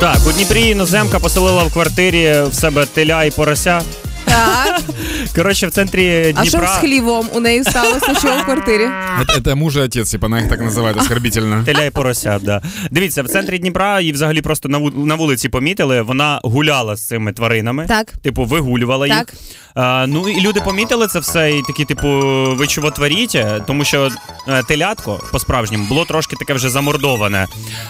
Так, у Дніпрі іноземка поселила в квартирі в себе теля і порося. Так. Коротше, в центрі А що ж з Дніпра хлівом у неї сталося? Що в квартирі? Это, это муж и отец, типа, она их так называет оскорбительно. теля і порося, да. Дивіться, в центрі Дніпра її взагалі просто на ву- на вулиці помітили. Вона гуляла з цими тваринами. Так. Типу, вигулювала їх. Так. А, ну і люди помітили це все, і такі, типу, ви чого творіте? Тому що е, телятко по-справжньому було трошки таке вже замордоване.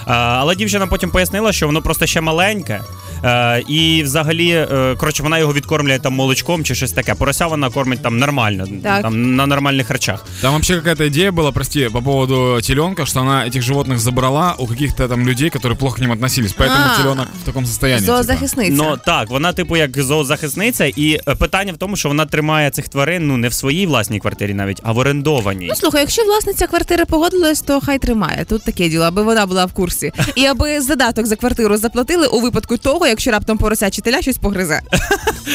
А, але дівчина потім пояснила, що воно просто ще маленьке. Е, і взагалі, е, коротше, вона його відкормлює там молочком чи щось таке. Порося вона кормить там нормально, Так. там на нормальних речах. Там вообще какая-то идея была, прости, по поводу теленка, что она этих животных забрала у каких-то там людей, которые плохо к ним относились. Поэтому А. теленок в таком состоянии. типа. Зоозахисниця. Ну так, вона, типу, як зоозахисниця, і е, питання в тому, що вона тримає цих тварин ну не в своїй власній квартирі навіть, а в орендованій. Ну, слухай, якщо власниця квартири погодилась, то хай тримає. Тут таке діло, аби вона була в курсі. І аби задаток за квартиру заплатили у випадку того, якщо раптом порося чи теля щось погризе. типа.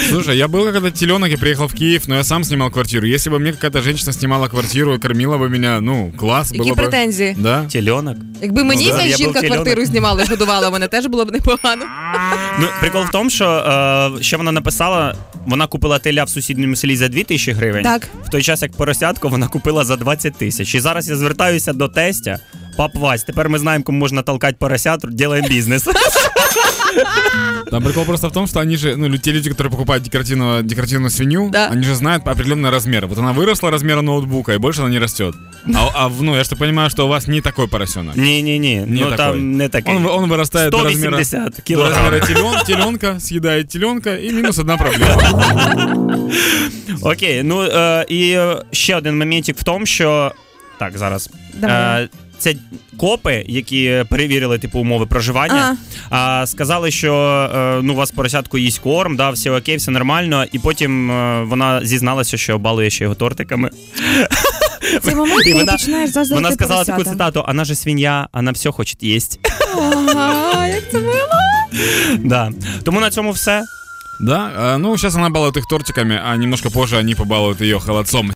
Слушай, я был когда теленок и приехал в Киев, но я сам снимал квартиру. Если бы мне какая-то женщина снимала квартиру и кормила бы меня, ну, класс, Які было бы. претензії? Да. Тіленок. Якби мені Ну, да, я якась був жінка тіленок. квартиру знімала і годувала мене, теж було б непогано. Ну, прикол в тому, що е, ще вона написала, вона купила теля в сусідньому селі за 2 тисячі гривень. Так. В той час, як поросятку, вона купила за 20 тисяч. І зараз я звертаюся до тестя. Пап Вась, тепер ми знаємо, кому можна толкати поросят, ділаємо бізнес. Там прикол просто в том, что они же, ну, лю- те люди, которые покупают декоративную, декоративную свинью, Да. они же знают определенный размер. Вот она выросла размера ноутбука, и больше она не растет. А, а, ну, я что понимаю, что у вас не такой поросенок. Ні, ні, ні. Не Ну такой. там не таке. Он, вы- он вырастает до размера, 180 до размера кілограмів. телен- теленка, съедает теленка, и минус одна проблема. Окей, ну е, і е, ще один моментик в тому, що. Так, зараз. Давай. Е, це копи, які перевірили типу умови проживання, а. сказали, що е, ну у вас поросятку їсть корм, да, все окей, все нормально. І потім е, вона зізналася, що балує ще його тортиками. Це момент, І коли вона- починаєш заздрити вона сказала таку поросятам. цитату: вона же свинья, вона все хоче їсти. Ага, як це мило. да. Тому на цьому все. а Да, э, ну, сейчас она балует их тортиками, а немножко позже они побалуют ее холодцом.